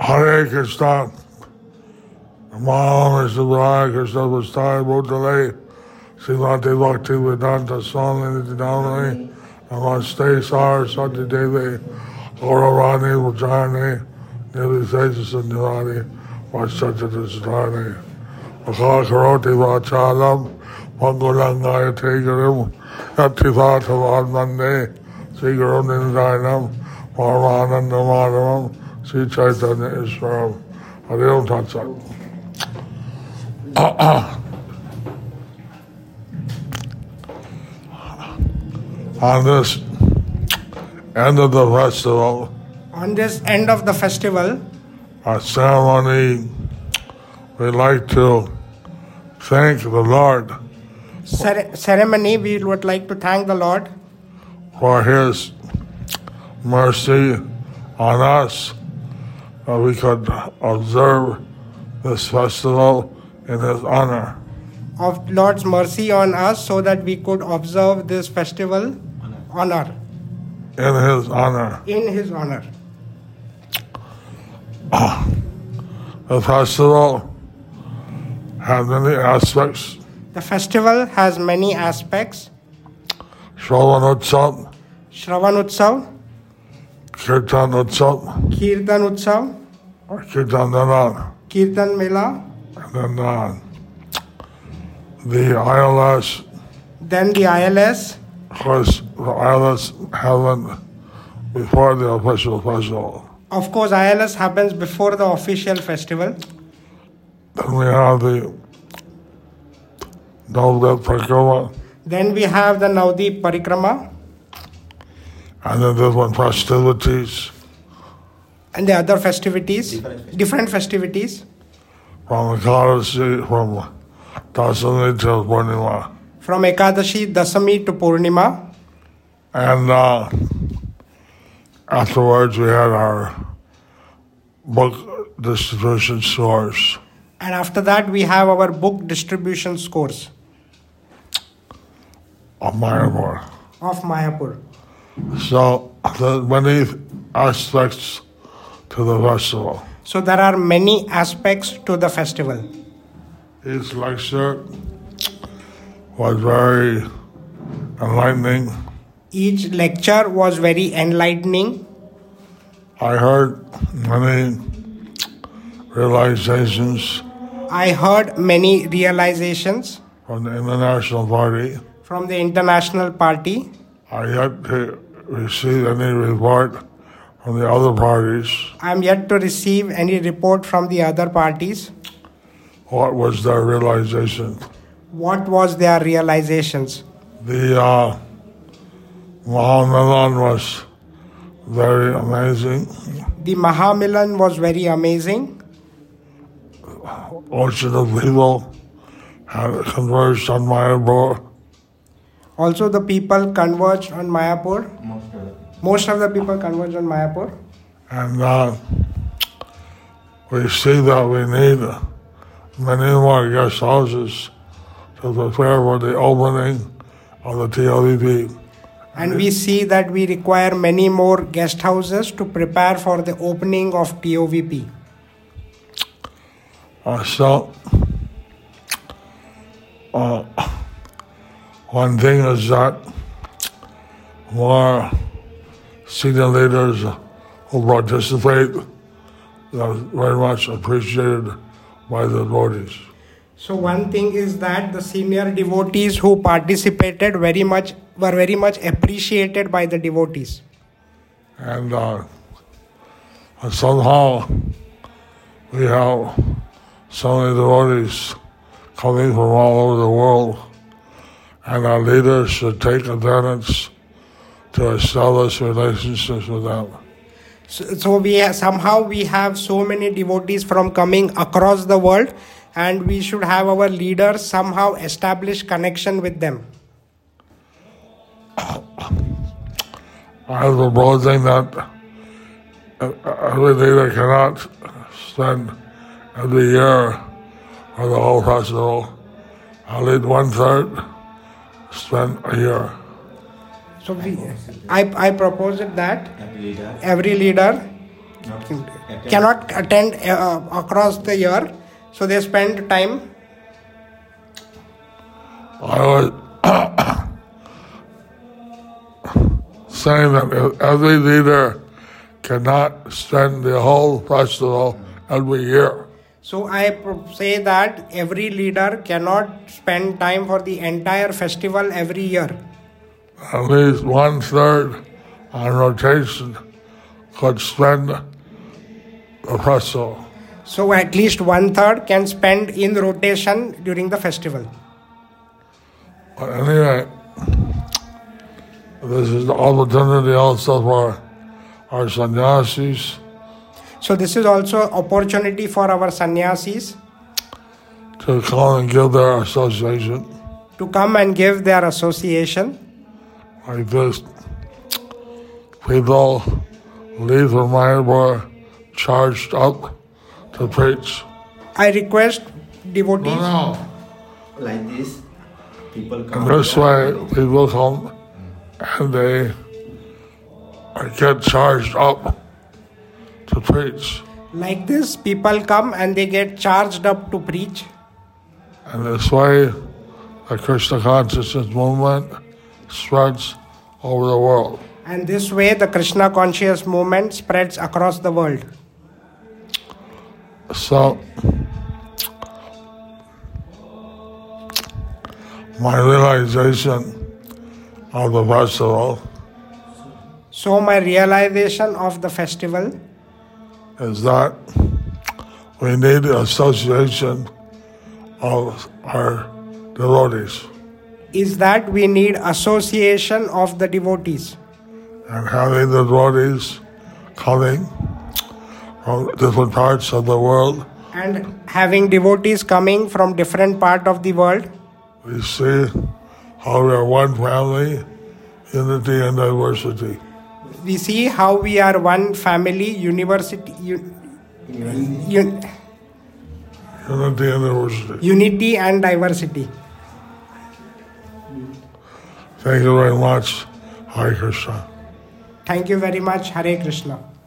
headache and stuff. And my arm is black and stuff was tired, but delayed. Seems like they locked him with not the sun and the down And my stay sorry, Sunday daily. Laura Rodney, Regina, Nelly Sages and Nilani, my such and his Nilani. Makar Karoti Rachalam, Mangulangaya Tegarim, Yatitatavan Monday, Sigarum Nindainam, Marmanandamadaram, Sri Chaitanya Iswaram, Hariom Tatsat. On this end of the festival, On this end of the festival, our ceremony, we like to thank the Lord cer- ceremony, we would like to thank the Lord for His mercy on us that we could observe this festival in His honor. of Lord's mercy on us so that we could observe this festival honor In His honor. in his honor. The festival had many aspects. The festival has many aspects. Shravanotsav, Shravan Utsav, Kirtanotsav, Kirtan Utsav, or Kirtananan, Kirtan Mela, and then uh, the ILS then the ILS. course, the islands haven't before the official festival. Of course, ILS happens before the official festival. Then we have the Navdev Prakrama, Then we have the Navdeep Parikrama and then there's one festivities and the other festivities, different festivities from Ekadasi, from Dasani till Purnima. from Ekadashi, Dasami to Purnima. And uh, afterwards, we had our book distribution stores. And after that, we have our book distribution scores of Mayapur. of Mayapur. So there's many aspects to the festival. So there are many aspects to the festival. His lecture was very enlightening. Each lecture was very enlightening. I heard many realizations I heard many realizations from the International Party. from the international party. I yet to receive any report from the other parties I am yet to receive any report from the other parties. what was their realization. What was their realizations? The uh, Mahamalan was very amazing. The Mahamilan was very amazing. Ocean of people had converged on Mayapur. Also, the people converged on Mayapur. Most of the, people converged on Mayapur. And uh, we see that we need many more guest houses to prepare for the opening of the E TLDP. And we see that we require many more guest houses to prepare for the opening of TOVP. Uh, so, uh, one thing is that more senior leaders who participate are very much appreciated by the devotees. So one thing is that the senior devotees who participated very much were very much appreciated by the devotees. And uh, somehow we have so many devotees coming from all over the world, and our leaders should take advantage to establish relationships with them. So, so we ha- somehow we have so many devotees from coming across the world, and we should have our leaders somehow establish connection with them. I have a proposing that every leader cannot spend every year for the whole festival. I lead one third, spend a year. So we, I I proposed that Every leader every leader cannot attend uh, across the year, so they spend time. I was saying that if every leader cannot spend the whole festival every year. So I pro- say that every leader cannot spend time for the entire festival every year. At least one third on rotation could spend the festival. So at least one third can spend in rotation during the festival. But anyway, this is the opportunity also for our sannyasis So this is also opportunity for our sannyasis to come and give their association to come and give their association. like this. People leave from Mayapur charged up to preach. I request devotees. No, like this, people no. come. This way, people come and they get charged up to preach. Like this, people come and they get charged up to preach. And this way, the Krishna consciousness movement spreads over the world. And this way, the Krishna conscious movement spreads across the world. So, my realization of the festival So, my realization of the festival is that we need the association of our devotees is that we need association of the devotees. and having the devotees coming from different parts of the world. And having devotees coming from different part of the world, We see how we are one family, unity and diversity. we see how we are one family, university, u- u- Unity and diversity. unity and diversity. Thank you very much. Hare Krishna. Thank you very much, Hare Krishna.